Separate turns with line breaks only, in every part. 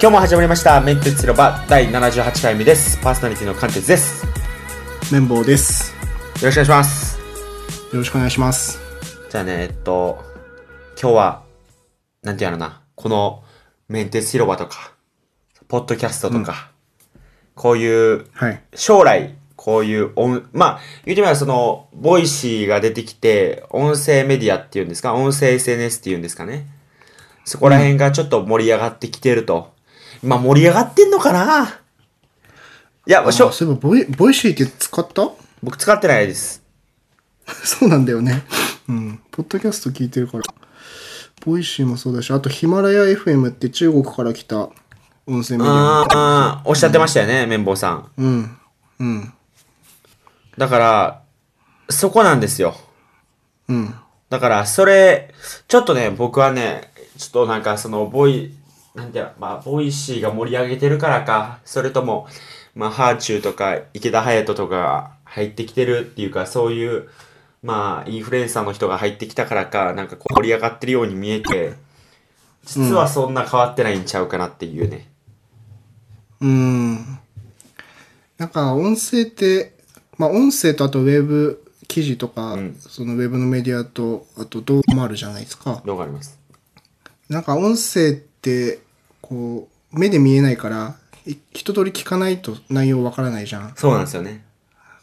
今日も始まりました「メンテツ広場」第78回目ですパーソナリティの関哲ですよ
綿棒です。
ろしくお願いします
よろしくお願いします。
じゃあねえっと今日はなんていうのなこのメンテツ広場とかポッドキャストとか、こういう
はい。
将来、こういう音、まあ、言うてみればその、ボイシーが出てきて、音声メディアっていうんですか、音声 SNS っていうんですかね。そこら辺がちょっと盛り上がってきてると。まあ、盛り上がってんのかないや、し
あ
ょ
そういえばボイ、ボイシーって使った
僕使ってないです。
そうなんだよね。うん。ポッドキャスト聞いてるから。ボイシーもそうだし、あとヒマラヤ FM って中国から来た音声メディア。
あーおっしゃってましたよね、綿棒さん。
うん。うん。
だから、そこなんですよ。
うん。
だから、それ、ちょっとね、僕はね、ちょっとなんか、その、ボイ、なんていうのまあ、ボイシーが盛り上げてるからか、それとも、まあ、ハーチューとか、池田隼人とかが入ってきてるっていうか、そういう、まあ、インフルエンサーの人が入ってきたからか、なんかこう、盛り上がってるように見えて、実はそんな変わってないんちゃうかなっていうね。
うん。なんか音声って、まあ音声とあとウェブ記事とか、
ん
そのウェブのメディアと、あと動画もあるじゃないですか。
どうかあります。
なんか音声ってこう目で見えないからい一通り聞かないと内容わからないじゃん。だ
そうなんですよね。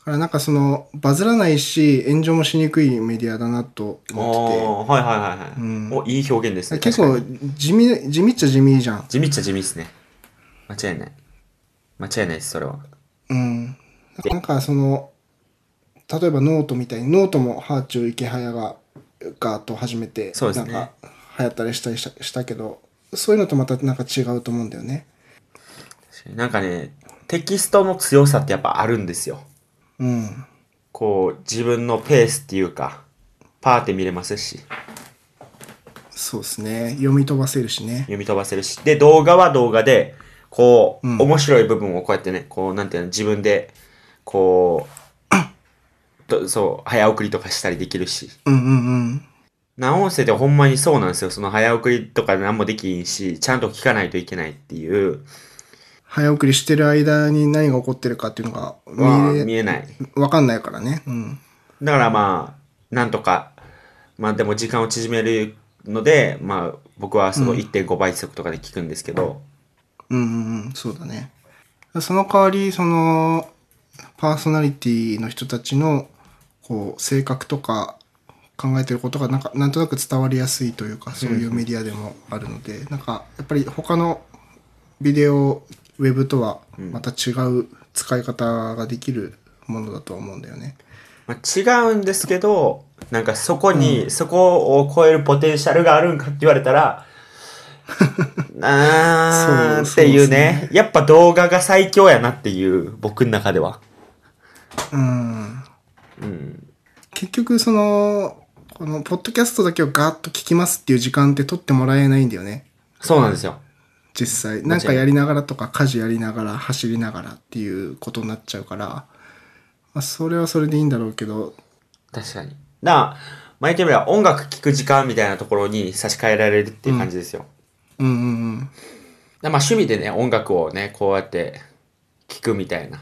からなんかそのバズらないし炎上もしにくいメディアだなと思っ
おー、はいはいはいはい。
ん
お、いい表現です
てて
ね。
結
確か
構
に
地味地味っちゃ地味じゃん。
地味っちゃ地味ですね。間違いない。間違いないです、それは。
うん。なんかその例えばノートみたいにノートもハーチュー池早がガーッと始めて
そうですね
なんか流行ったりしたりしたしたけどそういうのとまたなんか違うと思うんだよね。
なんかね、テキストの強さってやっぱあるんですよ。
うん。
こう、自分のペースっていうか、パーって見れますし、
そうですね。読み飛ばせるしね。
読み飛ばせるし。で、動画は動画で、こう、
うん
面白い部分をこうやってね、こう、なんていうの、自分で、こ う、とそう、早送りとかしたりできるし。
うんうんうん。
な、音声ってほんまにそうなんですよ。その早送りとか何もできんし、ちゃんと聞かないといけないっていう、
早送りしてる間に何が起こってるかっていうのが
まあ
見
見
え
えない。
わかんないからね。うん。
だからまあ、なんとか、まあでも時間を縮めるので、まあ僕はその1.5倍速とかで聞くんですけど、
うんうんうん。そうだね。その代わり、その、パーソナリティの人たちの、こう、性格とか、考えてることがなんか、なんとなく伝わりやすいというか、そういうメディアでもあるので、なんか、やっぱり他のビデオ、ウェブとはまた違う使い方ができるものだとは思うんだよね。
まあ、違うんですけど、なんかそこに、そこを超えるポテンシャルがあるんかって言われた ら、なーんっ
そう
ていう
そうで
ね。やっぱ動画が最強やなっていう、僕の中では。
うん。
うん。
結局そのこのポッドキャストだけをガーッと聞きますっていう時間って取ってもらえないんだよね
そうなんですよ。
実
間違
際
いな
ないんかやりながらとか家事やりながら走りながらっていうことになっちゃうから、まあ、それはそれでいいんだろうけど
確かに。だから、まあ、言ってみれば音楽聴く時間みたいなところに差し替えられるっていう感じですよ。
うんうんうん
だまあ趣味でね音楽をねこうやって聴くみたいな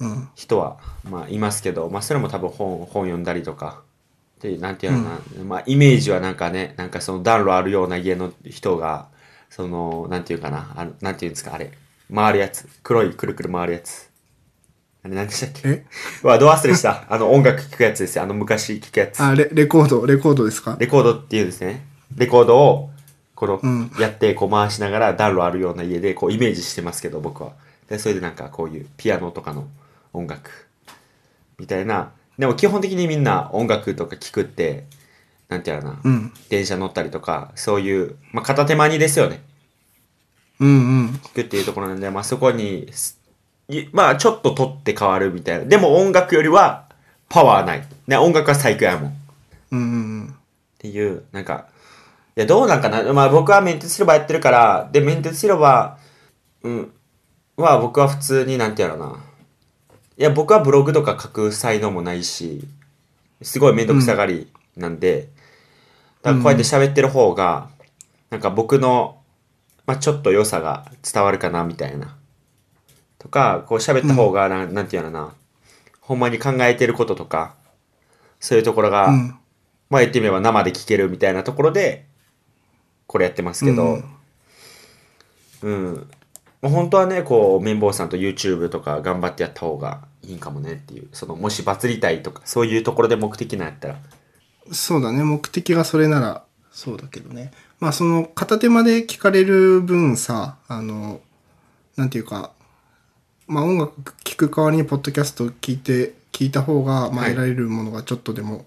うん
人はまあいますけど、まあ、それも多分本本読んだりとかっていうなんていうのかな、まあ、イメージはなんかねなんかその暖炉あるような家の人がそのなんていうかなあのなんていうんですかあれ回るやつ黒いくるくる回るやつあれ何でしたっけ
え
う わど忘れしたあの音楽聴くやつですよあの昔聴くやつ
あレレコードレコードですか
レコードっていうんですね。レコードを、この
うん、
やって、こう回しながら、暖炉あるような家で、こうイメージしてますけど、僕は。で、それでなんかこういうピアノとかの音楽、みたいな。でも基本的にみんな音楽とか聴くって、なんていうのかな、
うん
電車乗ったりとか、そういう、まあ片手間にですよね。
うんうん
聴くっていうところなんで、まあそこに、すいまあちょっと取って変わるみたいな。でも音楽よりは、パワーない。ね、音楽は最強やもん。
うんうん
っていう、なんか、いや、どうなんかな。まあ僕はメンテス広場やってるから、で、メンテス広場、うん、は僕は普通になんてやろな。いや、僕はブログとか書く才能もないし、すごいめんどくさがりなんで、だからこうやって喋ってる方が、なんか僕のまあ、ちょっと良さが伝わるかなみたいな。とか、こう喋った方がな、ん、なんていうのかな、ほんまに考えてることとか、そういうところが、
うん
まあ言ってみれば生で聞けるみたいなところで、これやってますけど、うん。まあ本当はね、こう、綿棒さんと YouTube とか頑張ってやった方がいいんかもねっていう、その、もしバズりたいとか、そういうところで目的なんやったら、
そうだね目的がそれならそうだけどねまあその片手間で聞かれる分さあのなんていうかまあ音楽聴く代わりにポッドキャストを聞いて聞いた方がまあ
はい
得られるものがちょっとでも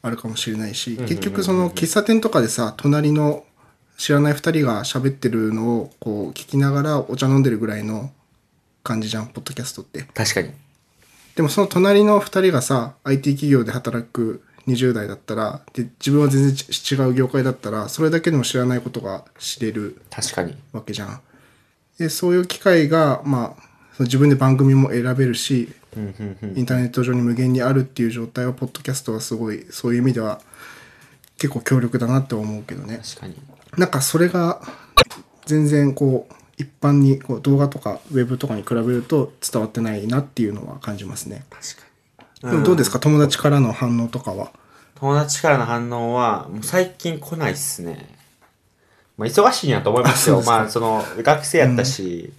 あるかもしれないし結局その喫茶店とかでさ隣の知らない2人が喋ってるのをこう聞きながらお茶飲んでるぐらいの感じじゃんポッドキャストって。
確かに。
でもその隣の2人がさ IT 企業で働く20代だったらで自分は全然ち違う業界だったらそれだけでも知らないことが知れる
確かに。
わけじゃん。でそういう機会が、まあ、その自分で番組も選べるし
うん、うん、うん。
インターネット上に無限にあるっていう状態はポッドキャストはすごいそういう意味では結構強力だなって思うけどね。
確かに。
なんかそれが全然こう一般にこう動画とかウェブとかに比べると伝わってないなっていうのは感じますね。
確かに。
でもどうですか、友達からの反応とかは。
友達からの反応は、もう最近来ないっすね。まあ、忙しいんやと思いますよ。
あそうですか
まあ、その、学生やったし、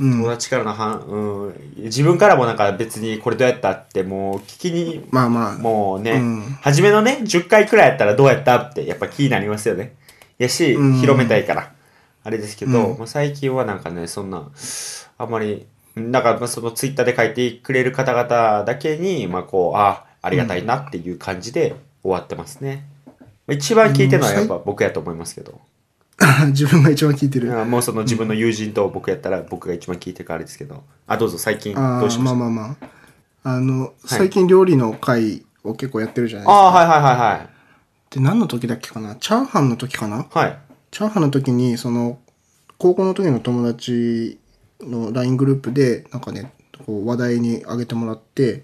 うん
友。達からの反、うん、自分からもなんか別にこれどうやったって、もう聞きに、
まあまあ。
もうね、
うん
初めのね、10回くらいやったらどうやったって、やっぱ気になりますよね。やし、
うん
広めたいから。あれですけど、
うん
まあ、最近はなんかね、そんな、あんまり、なんかまあそのツイッターで書いてくれる方々だけに、まあこう、あ、ありがたいなっていう感じで終わってますね。まあ一番聞いてるのはやっぱ僕やと思いますけど。
自分が一番聞いてる。あ
うんもうその自分の友人と僕やったら僕が一番聞いてるからあれですけど。あ、どうぞ最近ど
あ
うし
ー、
ました
まあまあまあ。あの、最近料理の会を結構やってるじゃないですか。
ああ、はいはいはい
で、何の時だっけかなチャーハンの時かな
はい。はい。
チャーハンの時に、その、高校の時の友達の LINE グループで、なんかね、こう話題に上げてもらって、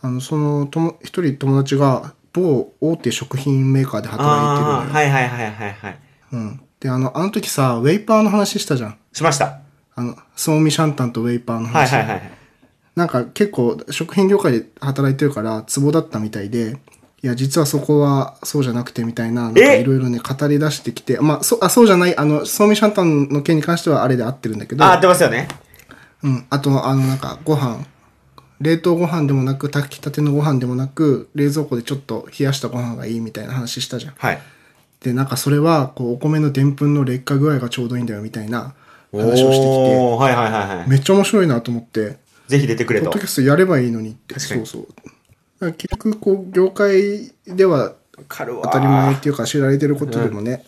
あの、そのとも、一人友達が某大手食品メーカーで働いてるの
ああ、。
よ
はいはいはいはいはい。
うん。で、あの、あの時さ、ウェイパーの話したじゃん。
しました。
あの、ソーミシャンタンとウェイパーの
はい
話。
はいはいはい。
なんか結構食品業界で働いてるから、ツボだったみたいで、いや、実はそこはそうじゃなくてみたいな、なんか
え
いろいろね、語り出してきて、まあ、そあそうじゃない、あの、ソーミシャンタンの件に関してはあれで合ってるんだけど、
あ、合ってますよね。
うん。あと、あの、なんか、ご飯。冷凍ご飯でもなく、炊きたてのご飯でもなく、冷蔵庫でちょっと冷やしたご飯がいいみたいな話したじゃん。
はい。
でなんかそれはこうお米のでんぷんの劣化具合がちょうどいいんだよみたいな
お
話をして
おーはいはいはいは
きてめっちゃ面白いなと思って
い。ぜひ出てくれ
ポッ
と
ドキ。ャストやればいいのにって
確かに
そうそうだから結局こう業界では
かるわ
当たり前っていうか知られてることでもね、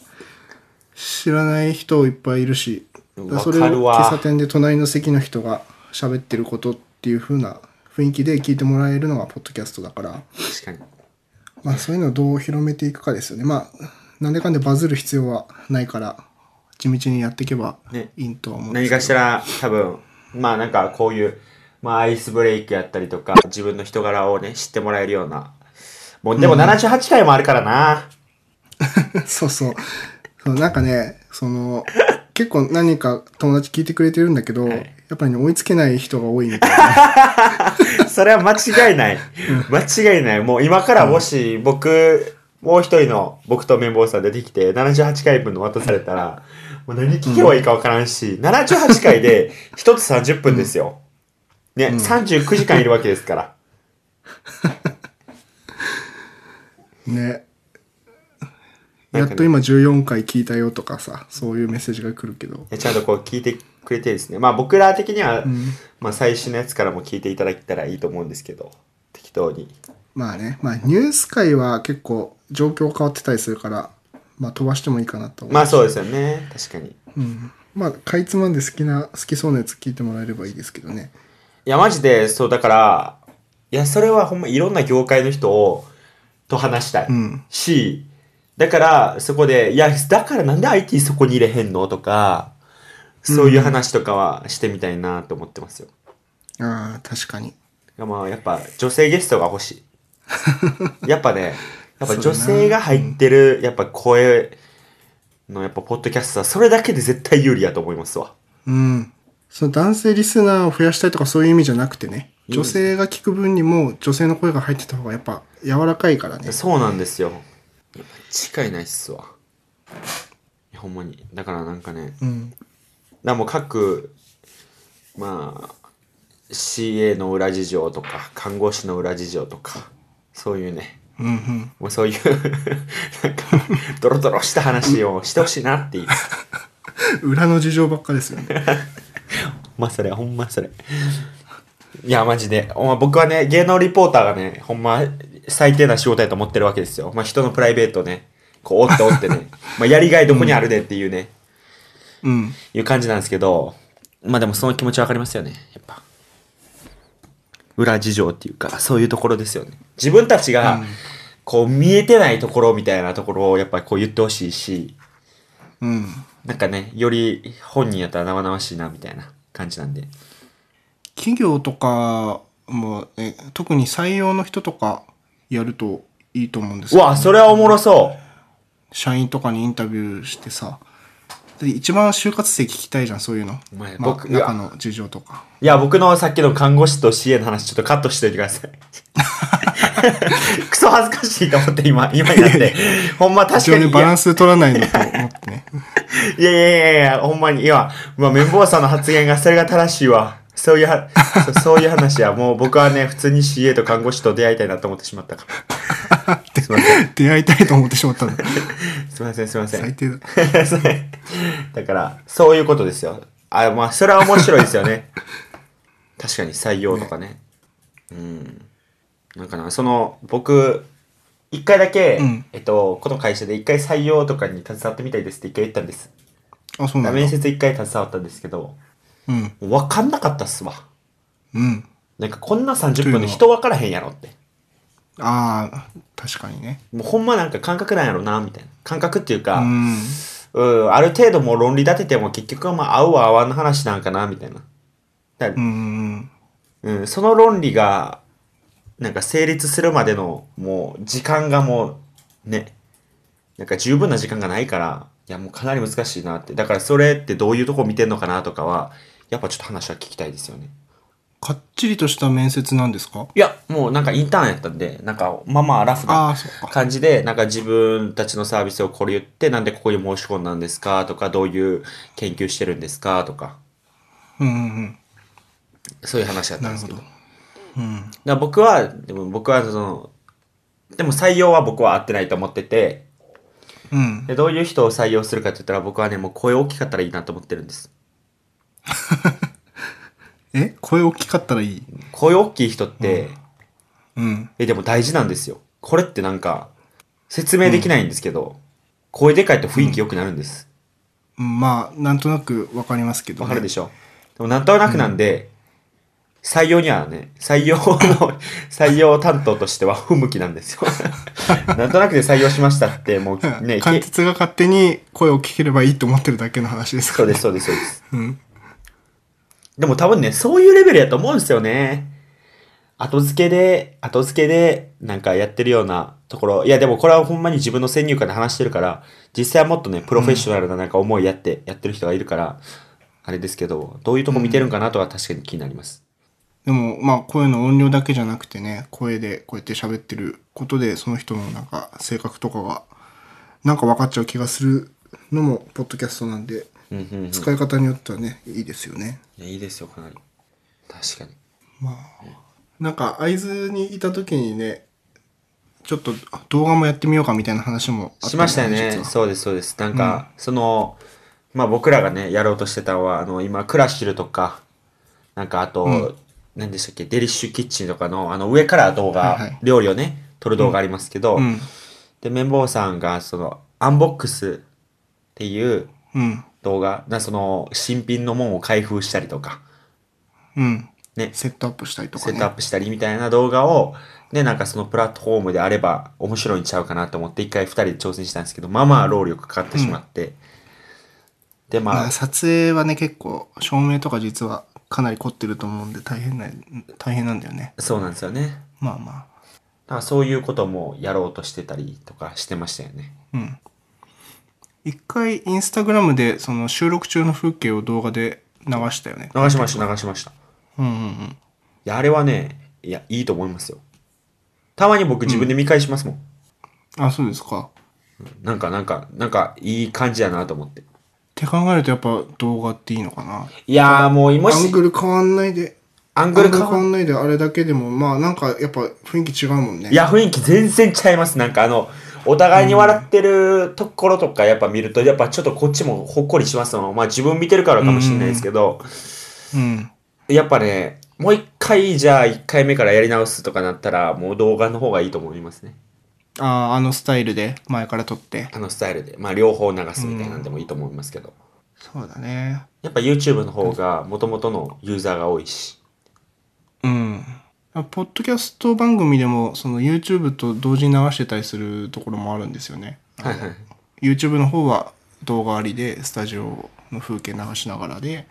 知らない人いっぱいいるしだからそれを
わかるわ
喫茶店で隣の席の人が喋ってることっていう風な雰囲気で聞いてもらえるのがポッドキャストだから
確かに。
まあそういうのをどう広めていくかですよね。まあなんでかんでバズる必要はないから地道にやっていけば
ね
いいとは思うんで
何
すけ
か
ど。
しら、多分、まあなんかこういう、まあアイスブレイクやったりとか、自分の人柄をね、知ってもらえるような。もうでも78回もあるからな。
そうそうそう。なんかね、その結構何か友達聞いてくれてるんだけど、やっぱり、ね、追いつけない人が多いみたい な。
それは間違いない。間違いない。もう今からもし僕、もう一人の僕と綿棒さん出てきて、78回分の渡されたら、もう何聞けばいいかわからんし、78回で1つ30分ですよ。ね、39時間いるわけですから。
ね。
な
や
ん
っ
かね
と今14回聞いたよとかさ、そういうメッセージが来るけど。
ちゃんとこう聞いてくれてですね。まあ僕ら的には、まあ最新のやつからも聞いていただけたらいいと思うんですけど、適当に。
まあね、まあニュース界は結構状況変わってたりするから、まあ飛ばしてもいいかなと思う
まあそうですよね。確かに。
うん、まあかいつまんで好きな好きそうなやつ聞いてもらえればいいですけどね
いや、マジで、そう、だから、いや、それはほんまいろんな業界の人を、と話したい。
うん
し、だから、そこで、いや、だからなんで IT そこに入れへんのとか、そういう話とかはしてみたいなと思ってますよ。
ああ確かに
いやまあ、やっぱ女性ゲストが欲し い。やっぱね、やっぱ女性が入ってる、やっぱ声のやっぱポッドキャストはそれだけで絶対有利やと思いますわ。
うん。その男性リスナーを増やしたいとかそういう意味じゃなくてね、女性が聞く分にも女性の声が入ってた方がやっぱ柔らかいからね。
そうなんですよ。いや間違いないっすわ。いやほんまに。だからなんかね、
うん。
だからもう各、まあ、CA の裏事情とか、看護師の裏事情とか、そういうね、
うんうん。
もうそういう、 なんか、ドロドロした話をしてほしいなっていう。
裏の事情ばっかですよね。
ほんまそれ、ほんまそれ。いや、マジで。お前僕はね、芸能リポーターがね、ほんま、最低な仕事やと思ってるわけですよ。まあ、人のプライベートをね、こう、追って追ってね、まあ、やりがいどこにあるでっていうね、
うん。
いう感じなんですけど、まあでもその気持ちわかりますよね、やっぱ。裏事情っていうか、そういうところですよね。自分たちが、こう、見えてないところみたいなところを、やっぱりこう言ってほしいし、
うん。
なんかね、より本人やったら生々しいな、みたいな感じなんで。
企業とかも、ね、特に採用の人とかやるといいと思うんです
う
よ
わ、それはおもろそう
社員とかにインタビューしてさ。で一番就活生聞きたいじゃん、そういうの。
お前
まあ
僕
中の事情とか。
いや、僕のさっきの看護師と CA の話ちょっとカットしといてくだ さい。クソ恥ずかしいと思って今、今になって。ほんま
非
確
常
か
に
に。い
バラ
や
ンス取らないのと思って ね。
いやいやいやいや、ほんまに。いや、まあ、綿棒さんの発言がそれが正しいわ。そういうは、そそういう話や。もう僕はね、普通に CA と看護師と出会いたいなと思ってしまったから。すいません。
出会いたいと思ってしま ったの。
すいません、すいません。
最低だ。
だから、そういうことですよ。あ、まあ、それは面白いですよ ね。確かに採用とかね。うん。なんかな、その、僕、一回だけ、
うん
えっと、この会社で一回採用とかに携わってみたいですって一回言ったんです。
あ、そうなんだ
面。接一回携わったんですけど、
うん。
わかんなかったっすわ。
うん。
なんかこんな30
という
分
の
で
は
人わからへんやろって。
ああ、確かにね。
もうほんまなんか感覚なんやろな、みたいな。感覚っていう
う
か、
ん。
うん、ある程度もう論理立てても結局はまあ合うは合わんの話なんかな、みたいな。だ
うんうん。
うん、その論理が、なんか成立するまでの、もう、時間がもう、ね、なんか十分な時間がないから、いや、もうかなり難しいなって。だからそれってどういうとこ見てんのかなとかは、やっぱちょっと話は聞きたいですよね。
かっちりとした面接なんですか
いや、もうなんかインターンやったんで、なんか、まあまあラフ
あ
な
あ、そっか。
感じで、なんか自分たちのサービスをこれ言って、なんでここに申し込んだんですかとか、どういう研究してるんですかとか、
うんうんうん。
そういう話だったんで
なる
す
ほ
け
ど
ど。。
うん。
だから僕は、でも僕はその、でも採用は僕は合ってないと思ってて、
うん。
でどういう人を採用するかって言ったら僕はね、もう声大きかったらいいなと思ってるんです。
え声大きかったらいい
声大きい人って、
うん。
え、でも大事なんですよ。これってなんか、説明できないんですけど、声でかいと雰囲気良くなるんです。
まあ、なんとなくわかりますけど、
わ、
ね。
かるでしょでもなんとなくなんで、採用にはね、採 用の、採用担当としては不向きなんですよ。なんとなくで採用しましたって、もう
ね、
ね、
関
け
節が勝手に声を聞ければいいと思ってるだけの話です
そ
か
うで
ら、ね。
す、そうです、そうです。
うん。
でも多分ね、そういうレベルやと思うんですよね。後付けで、後付けで、なんかやってるようなところ。いや、でもこれはほんまに自分の先入観で話してるから、実際はもっとね、プロフェッショナルななんか思いやって、やってる人がいるから、あれですけど、どういうとこ見てるんかなとは確かに気になります。
でも、まあ、声の音量だけじゃなくてね、声でこうやって喋ってることで、その人のなんか性格とかが、なんか分かっちゃう気がするのも、ポッドキャストなんで、
うん、うん、うん。い
使い方によってはね、いいですよね。
や、いいですよ、かなり。確かに。
まあ、なんか会津にいた時にね、ちょっと動画もやってみようかみたいな話もあったんだ
しましたよ
実
ね。
は
そうです、そうです。なんか、その、まあ僕らがね、やろうとしてたのは、あの、今、クラッシルとか、なんかあと、何でしたっけ、デリッシュキッチンとかの、あの、上から動画、
はいはい
料理をね、撮る動画ありますけど、
うん。
で、綿棒さんが、その、アンボックスっていう
うん。
動画、なその、新品のもんを開封したりとか、
うん。
ね
セットアップしたりとか
セ
ね。
ットアップしたりみたいな動画を、ね、なんかそのプラットフォームであれば面白いんちゃうかなと思って一回二人で挑戦したんですけど、まあまあ労力かかってしまって。で、
ま
ま
あ、
あ、
撮影はね、結構、照明とか実はかなり凝ってると思うんで、大変な、大変なんだよね。
そうなんですよね。
まあま
だからそういうこともやろうとしてたりとかしてましたよね。
あ。うん。一回インスタグラムでその収録中の風景を動画で流したよね。
流しました、流しました。い
うんうんうん。
や、あれはね、いや、いいと思いますよ。たまに僕自分で見返しますもん。
あ、そうですか。
なんか、なんか、なんか、いい感じやなと思って。
って考えるとやっぱ動画っていいのかな。
いやー、もう、も
アン
し、
グル変わんないで。
ア
ア
ン
ング
グ
ル
ル
変
変わ
わんないであれだけでも、まあなんかやっぱ雰囲気違うもんね。
いや、雰囲気全然ちゃいます。なんか、あの、お互いに笑ってるところとかやっぱ見ると、やっぱちょっとこっちもほっこりしますの。まあ自分見てるからかもしれないですけど、
うん。
やっぱね、もう一回、じゃあ一回目からやり直すとかなったら、もう動画の方がいいと思いますね。
ああ、あのスタイルで前から撮って。
あのスタイルで。まあ両方流すみたいなんでもいいと思いますけど。
そうだね。
やっぱ YouTube の方が元々のユーザーが多いし。
うん。ポッドキャスト番組でもその YouTube と同時に流してたりするところもあるんですよね。
はいはい。
YouTube の方は動画ありでスタジオの風景流しながらで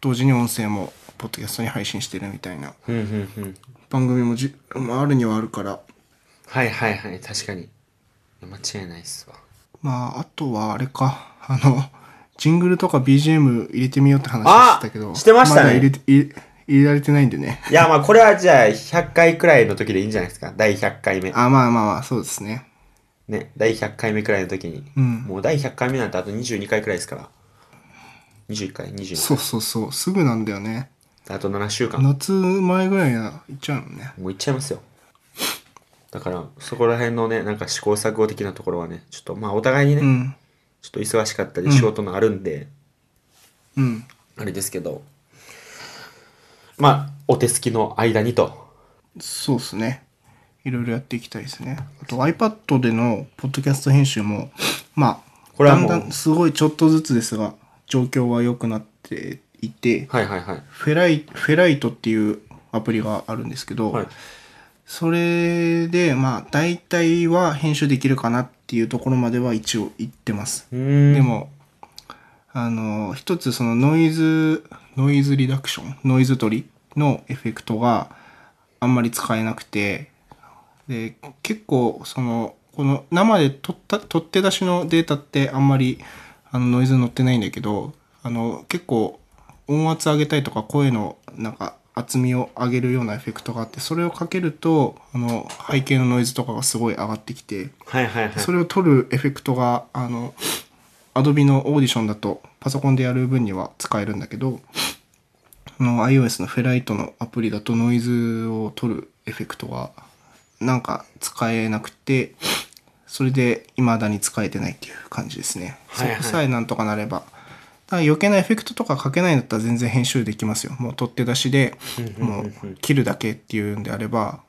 同時に音声もポッドキャストに配信してるみたいな
ふんふんふん。
番組もじ、まあ、あるにはあるから
はいはいはい。確かに。間違いないっすわ。
まああとはあれかあのジングルとか BGM 入れてみようって話
あ
してたけど
してましたね
だ入れて入れ入れられてないんでね
いや、まあこれはじゃあ100回くらいの時でいいんじゃないですか。第100回目。
あまあまあまあそうですね
ね、第100回目くらいの時に。
うん
もう第100回目なんてあと22回くらいですから。21回、22
そうそうそうすぐなんだよね
あと7週間。も
夏前ぐらいな行っちゃうもんね
ういっちゃいますよ。だから、そこら辺のね、なんか試行錯誤的なところはね、ちょっとまあお互いにね、
うん
ちょっと忙しかったり仕事のあるんで、
うん
あれですけど、まあ、お手すきの間にと。
そうですね。いろいろやっていきたいですね。あと iPad でのポッドキャスト編集も、まあ、
これはもう
だんだんすごいちょっとずつですが、状況は良くなっていて、
はいはいはい。
フェライ、フェライトっていうアプリがあるんですけど、
はい、
それで、まあ、大体は編集できるかなっていうところまでは一応行ってます。
うーん。
でも、あの、一つそのノイズ、ノイズリダクション、ノイズ取りのエフェクトがあんまり使えなくて、で、結構その、この生で取った、取って出しのデータってあんまりあのノイズ乗ってないんだけど、あの、結構音圧上げたいとか声のなんか厚みを上げるようなエフェクトがあって、それをかけると、あの、背景のノイズとかがすごい上がってきて、
はいはいはい。
それを取るエフェクトが、あの、Adobe のオーディションだとパソコンでやる分には使えるんだけど、あの iOS のフェライトのアプリだとノイズを取るエフェクトがなんか使えなくて、それで未だに使えてないっていう感じですね。
はいはい
そこさえなんとかなれば。だから余計なエフェクトとかかけないんだったら全然編集できますよ。もう取って出しで、もう切るだけっていうんであれば、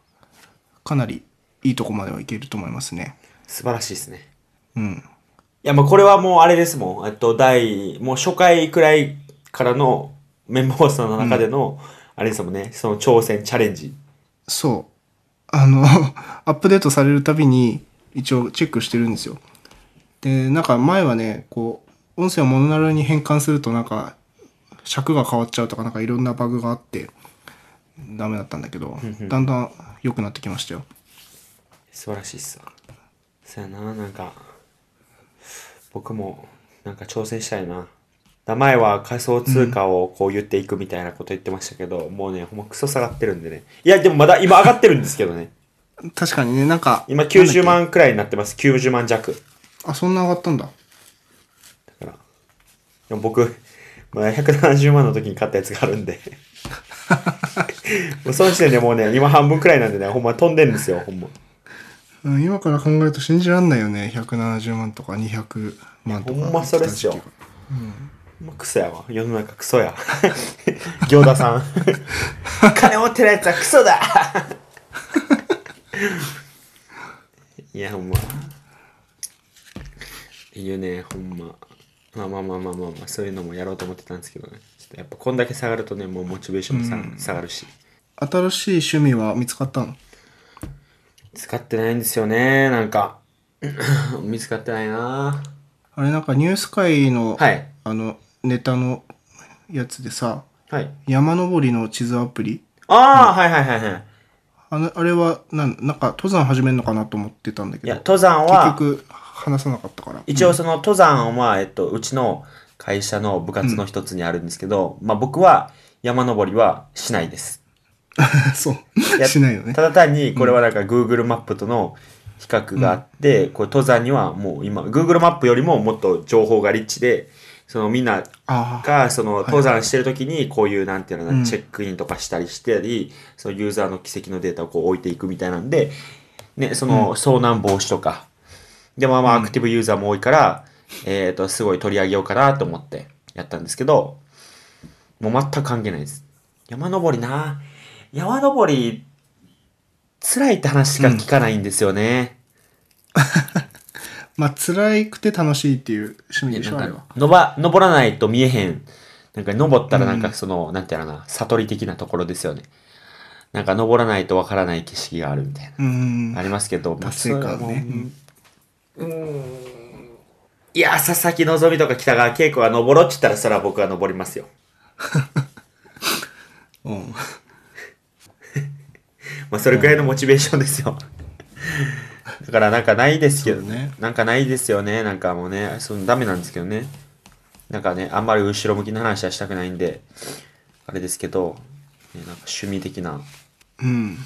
かなりいいとこまではいけると思いますね。
素晴らしいですね。
うん。
いや、まあこれはもうあれですもん。えっと、第、もう初回くらいからのメンバー放送の中での、あれですもんね、その挑戦、チャレンジ。
そう。あの、 アップデートされるたびに一応チェックしてるんですよ。で、なんか前はね、こう、音声をモノラルに変換するとなんか、尺が変わっちゃうとかなんかいろんなバグがあって、ダメだったんだけど、だんだん良くなってきましたよ。
素晴らしいっすわ。そやな、なんか、僕も、なんか挑戦したいな。名前は仮想通貨をこう言っていくみたいなこと言ってましたけど、もうね、ほんまクソ下がってるんでね。いや、でもまだ今上がってるんですけどね。
確かにね、なんか、
今
な
90
んだっ
万くらいになってます。90万弱。
け。あ、そんな上がったんだ。
だから。でも僕、まあ、170万の時に買ったやつがあるんで。もうその時点でもうね、今半分くらいなんでね、ほんま飛んでるんですよ、ほんま。
うん今から考えると信じらんないよね。170万とか200万とか。
ほんまそれっすよ
来た時期が
ほんまクソやわ。世の中クソや。 行田さん。 金持ってるやつはクソだ いや、ほんま。いいよね、ほんま。まあまあまあまあまあまあ、そういうのもやろうと思ってたんですけどね。ちょっとやっぱこんだけ下がるとね、もうモチベーションも下,、下がるし。
新しい趣味は見つかったの
使ってないんですよねなんか 見つかってないな
あれなんかニュース会の、
はい
あのネタのやつでさ
はい
山登りの地図アプリ
ああ、はいはいはいはい
あのあれはなんなんか登山始めるのかなと思ってたんだけ
いや
ど
登山
結
は
局話さなかったから。
一応その登山は、えっと、うちの会社の部活の一つにあるんですけど、まあ僕は山登りはしないです。
そう
や。
しないよね
た。だ単にこれはなんか Google マップとの比較があって、これ登山にはもう今、Google マップよりももっと情報がリッチで、そのみんな
ああ。
が、その、登山してる時に、こういう、なんていうのか
うん
な、チェックインとかしたりしてり、そのユーザーの軌跡のデータをこう置いていくみたいなんで、ね、その、遭難防止とか。で、まあまあ、アクティブユーザーも多いから、えっと、すごい取り上げようかなと思ってやったんですけど、もう全く関係ないです。山登りな山登り、辛いって話しか聞かないんですよね。
まあ、辛くて楽しいっていう趣味でしょ、あ
な
れ
ん
は
か。のば登らないと見えへんなんか登ったらなんかその、なんていうのかな悟り的なところですよねなんか登らないとわからない景色があるみたいな、
うん
あ。りますけど
達成
まあ
感ね
それはもううんいや佐々木希とか北川景子が登ろうって言ったらそれは僕は登りますよ
うん。
まあそれくらいのモチベーションですよだからなんかないですけど
そうね
なんかないですよねなんかもうねそのダメなんですけどねなんかねあんまり後ろ向きな話はしたくないんであれですけど、ね、なんか趣味的な
うん。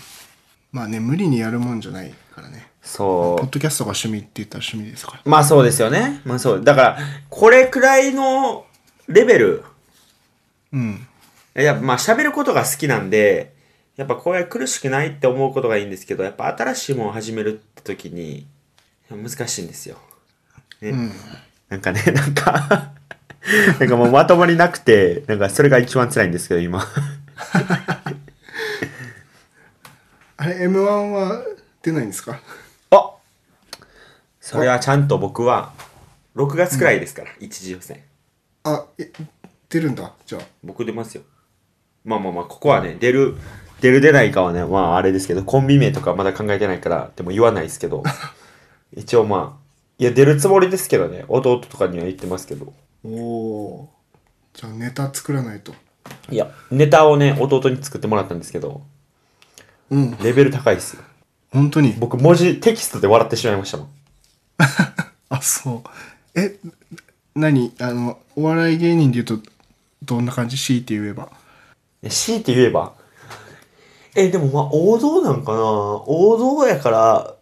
まあね、無理にやるもんじゃないからね。ポ
そ
ッドキャストが趣味って言ったら趣味ですから。
うまあそうですよねまあそうだからこれくらいのレベル
うん。
いやまあ喋ることが好きなんでやっぱこうやって苦しくないって思うことがいいんですけどやっぱ新しいものを始めるって時に難しいんですよ
うん。
なんかね、なんか、 なんかもうまとまりなくて、なんかそれが一番辛いんですけど、今。
あれ、M1 は出ないんですか
あそれはちゃんと僕は、6月くらいですから、一次予選。
あ、え、出るんだ。じゃあ。
僕出ますよ。まあまあまあ、ここはね、出る、出る出ないかはね、まああれですけど、コンビ名とかまだ考えてないから、でも言わないですけ ど、一応まあ、いや、出るつもりですけどね、弟とかには言ってますけど。
おお。じゃあ、ネタ作らないと。
いや、ネタをね、弟に作ってもらったんですけど、
うん。
レベル高いっすよ。
本当に。
僕、文字、テキストで笑ってしまいましたもん。
あ、そう。え、何あの、お笑い芸人で言うと、どんな感じ ?C って言えば。
え強いて言えばえでもまあ王道なんかな王道やから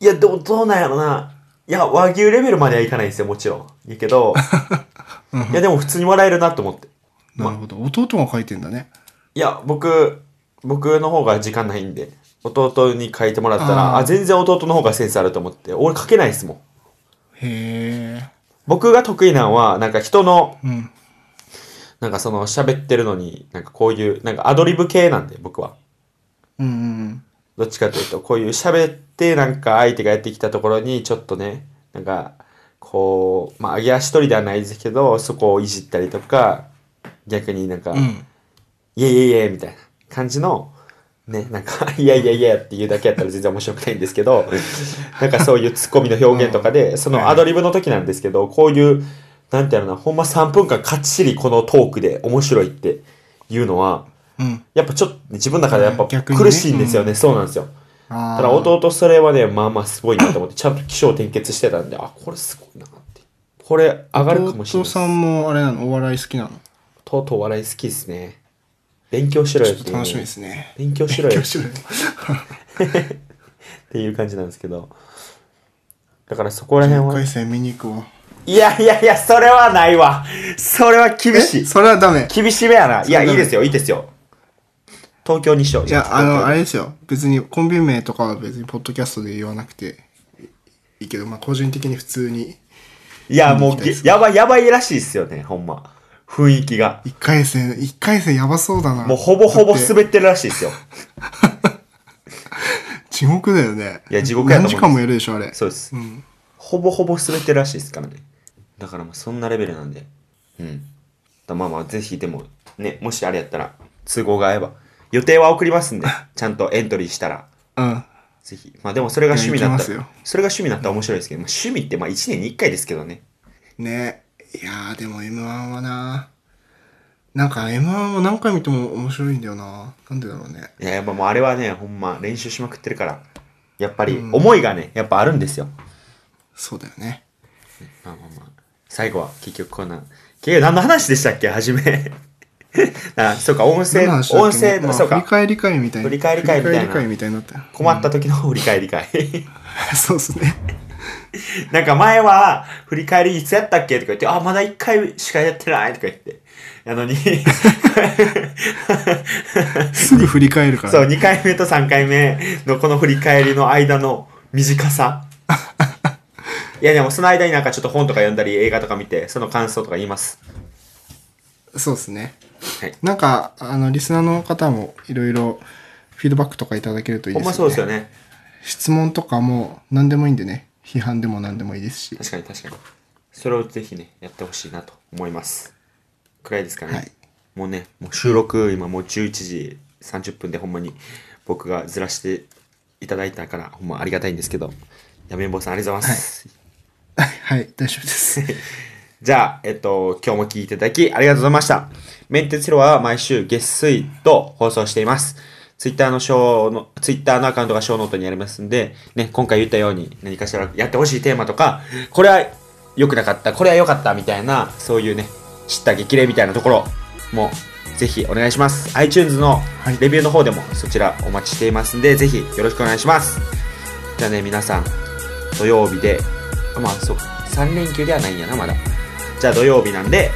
いやでもどうなんやろないや和牛レベルまではいかないですよもちろんいいけ どいやでも普通に笑えるなと思って
なるほど。弟が書いてんだね。
いや僕僕の方が時間ないんで弟に書いてもらったら
あ
あ
ー
全然弟の方がセンスあると思って俺書けないですもん
へえ。
僕が得意なのはなんか人の
うん。
なんかその喋ってるのになんかこういうなんかアドリブ系なんで僕は
うんうん
どっちかというと、こういう喋って、なんか相手がやってきたところに、ちょっとね、なんか、こう、まあ、上げ足取りではないですけど、そこをいじったりとか、逆になんか、
うん。うん。
いえいえいえ、みたいな感じの、ね、なんか、 いやいやいやっていうだけやったら全然面白くないんですけ ど、なんかそういうツッコミの表現とかで、そのアドリブの時なんですけど、こういう、なんていうのかな、ほんま3分間かっちりこのトークで面白いっていうのは、
うん。
やっぱちょっと自分の中でやっぱ
うん逆にね
苦しいんですよね、そうなんですよ。
あー
ただ弟それはねまあまあすごいなと思ってちゃんと起承転結してたんであこれすごいなってこれ上がるかもしれ
弟さ
ない
んもあれなのお笑い好きなの
とうとう笑い好きですね勉強しろよ
ちょ
っ
ってと
いう
楽しみですね。
勉強しろよ
今日
っ
しろよ
ていう感じなんですけどだからそこら辺
一
は
回戦見に行くわ。
いやいやいやそれはないわそれは厳し
え
い
それはダメ。
厳しめやない
それ
や
ダメ
いいですよいいですよ東京にしようい
いや、あの、あれですよ。別にコンビ名とかは別にポッドキャストで言わなくていいけど、まあ個人的に普通に
いやもう
見に行きたい
げ
です
やばいやばいらしいっすよねほんま雰囲気が
一回戦、一回戦やばそうだな。
もうほぼほぼ
だって
滑ってるらしいっすよ
地獄だよね。
いや地獄やと思う
何時間もやるでしょ、あれ。
そうです、
ん
ほぼほぼ滑ってるらしいですからねだからまあそんなレベルなんでうんだまあまあぜひでもねもしあれやったら都合が合えば予定は送りますん でちゃんとエントリーしたら
うん。
ぜひまあでもそれが趣味だった
いや行
ら
きま
それが趣味だったら面白いですけど、まあ、趣味ってまあ1年に1回ですけどね
ねいやーでも M1 はななんか M1 は何回見ても面白いんだよななんでだろうね
いややっぱもうあれはねほんま練習しまくってるからやっぱり思いがねやっぱあるんですよ
そうだよね。
まあまあまあ。最後は結局こんな。結局何の話でしたっけ初め。 あ、そうか、音声、
何の話だっけ
音声、
まあ
そう
振り
か。
返り会みたいな。
振り返り会みたいな
振り返り会みたいになったよ。
困った時の振り返り会。
そうですね。
なんか前は、振り返りいつやったっけとか言って、あ、まだ一回しかやってないとか言って。なのに、
すぐ振り返るから。
そう、2回目と3回目のこの振り返りの間の短 さ。いやでもその間になんかちょっと本とか読んだり映画とか見て、その感想とか言います。
そうですね。
はい
なんか、あの、リスナーの方もいろいろフィードバックとかいただけるといい
ほ
で
ん
すよ
ま
ね。
そうですよね。
質問とかも何でもいいんでね。批判でも何でもいいですし。
確かに確かに。それをぜひね、やってほしいなと思います。くらいですかね。
はい
もうね、もう収録、今もう11時30分でほんまに僕がずらしていただいたから、ほんまありがたいんですけど、やめんぼうさんありがとうございます。
はい、大丈夫です。
じゃあ、えっと、今日も聞いていただきありがとうございました。メンテツロは毎週月水と放送しています。ツイッターのショーの、ツイッターのアカウントがショーノートにありますんで、ね、今回言ったように何かしらやってほしいテーマとか、これは良くなかった、これは良かったみたいな、そういうね、知った激励みたいなところもぜひお願いします。iTunes の
い
レビューの方でもそちらお待ちしていますんで、ぜひよろしくお願いします。じゃあね、皆さん、土曜日で、あまあ、そう、3連休ではないんやな、まだ。じゃあ土曜日なんで、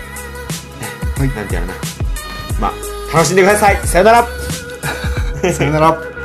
はい
なんてやらな。まあ、楽しんでください。さよなら
さよなら。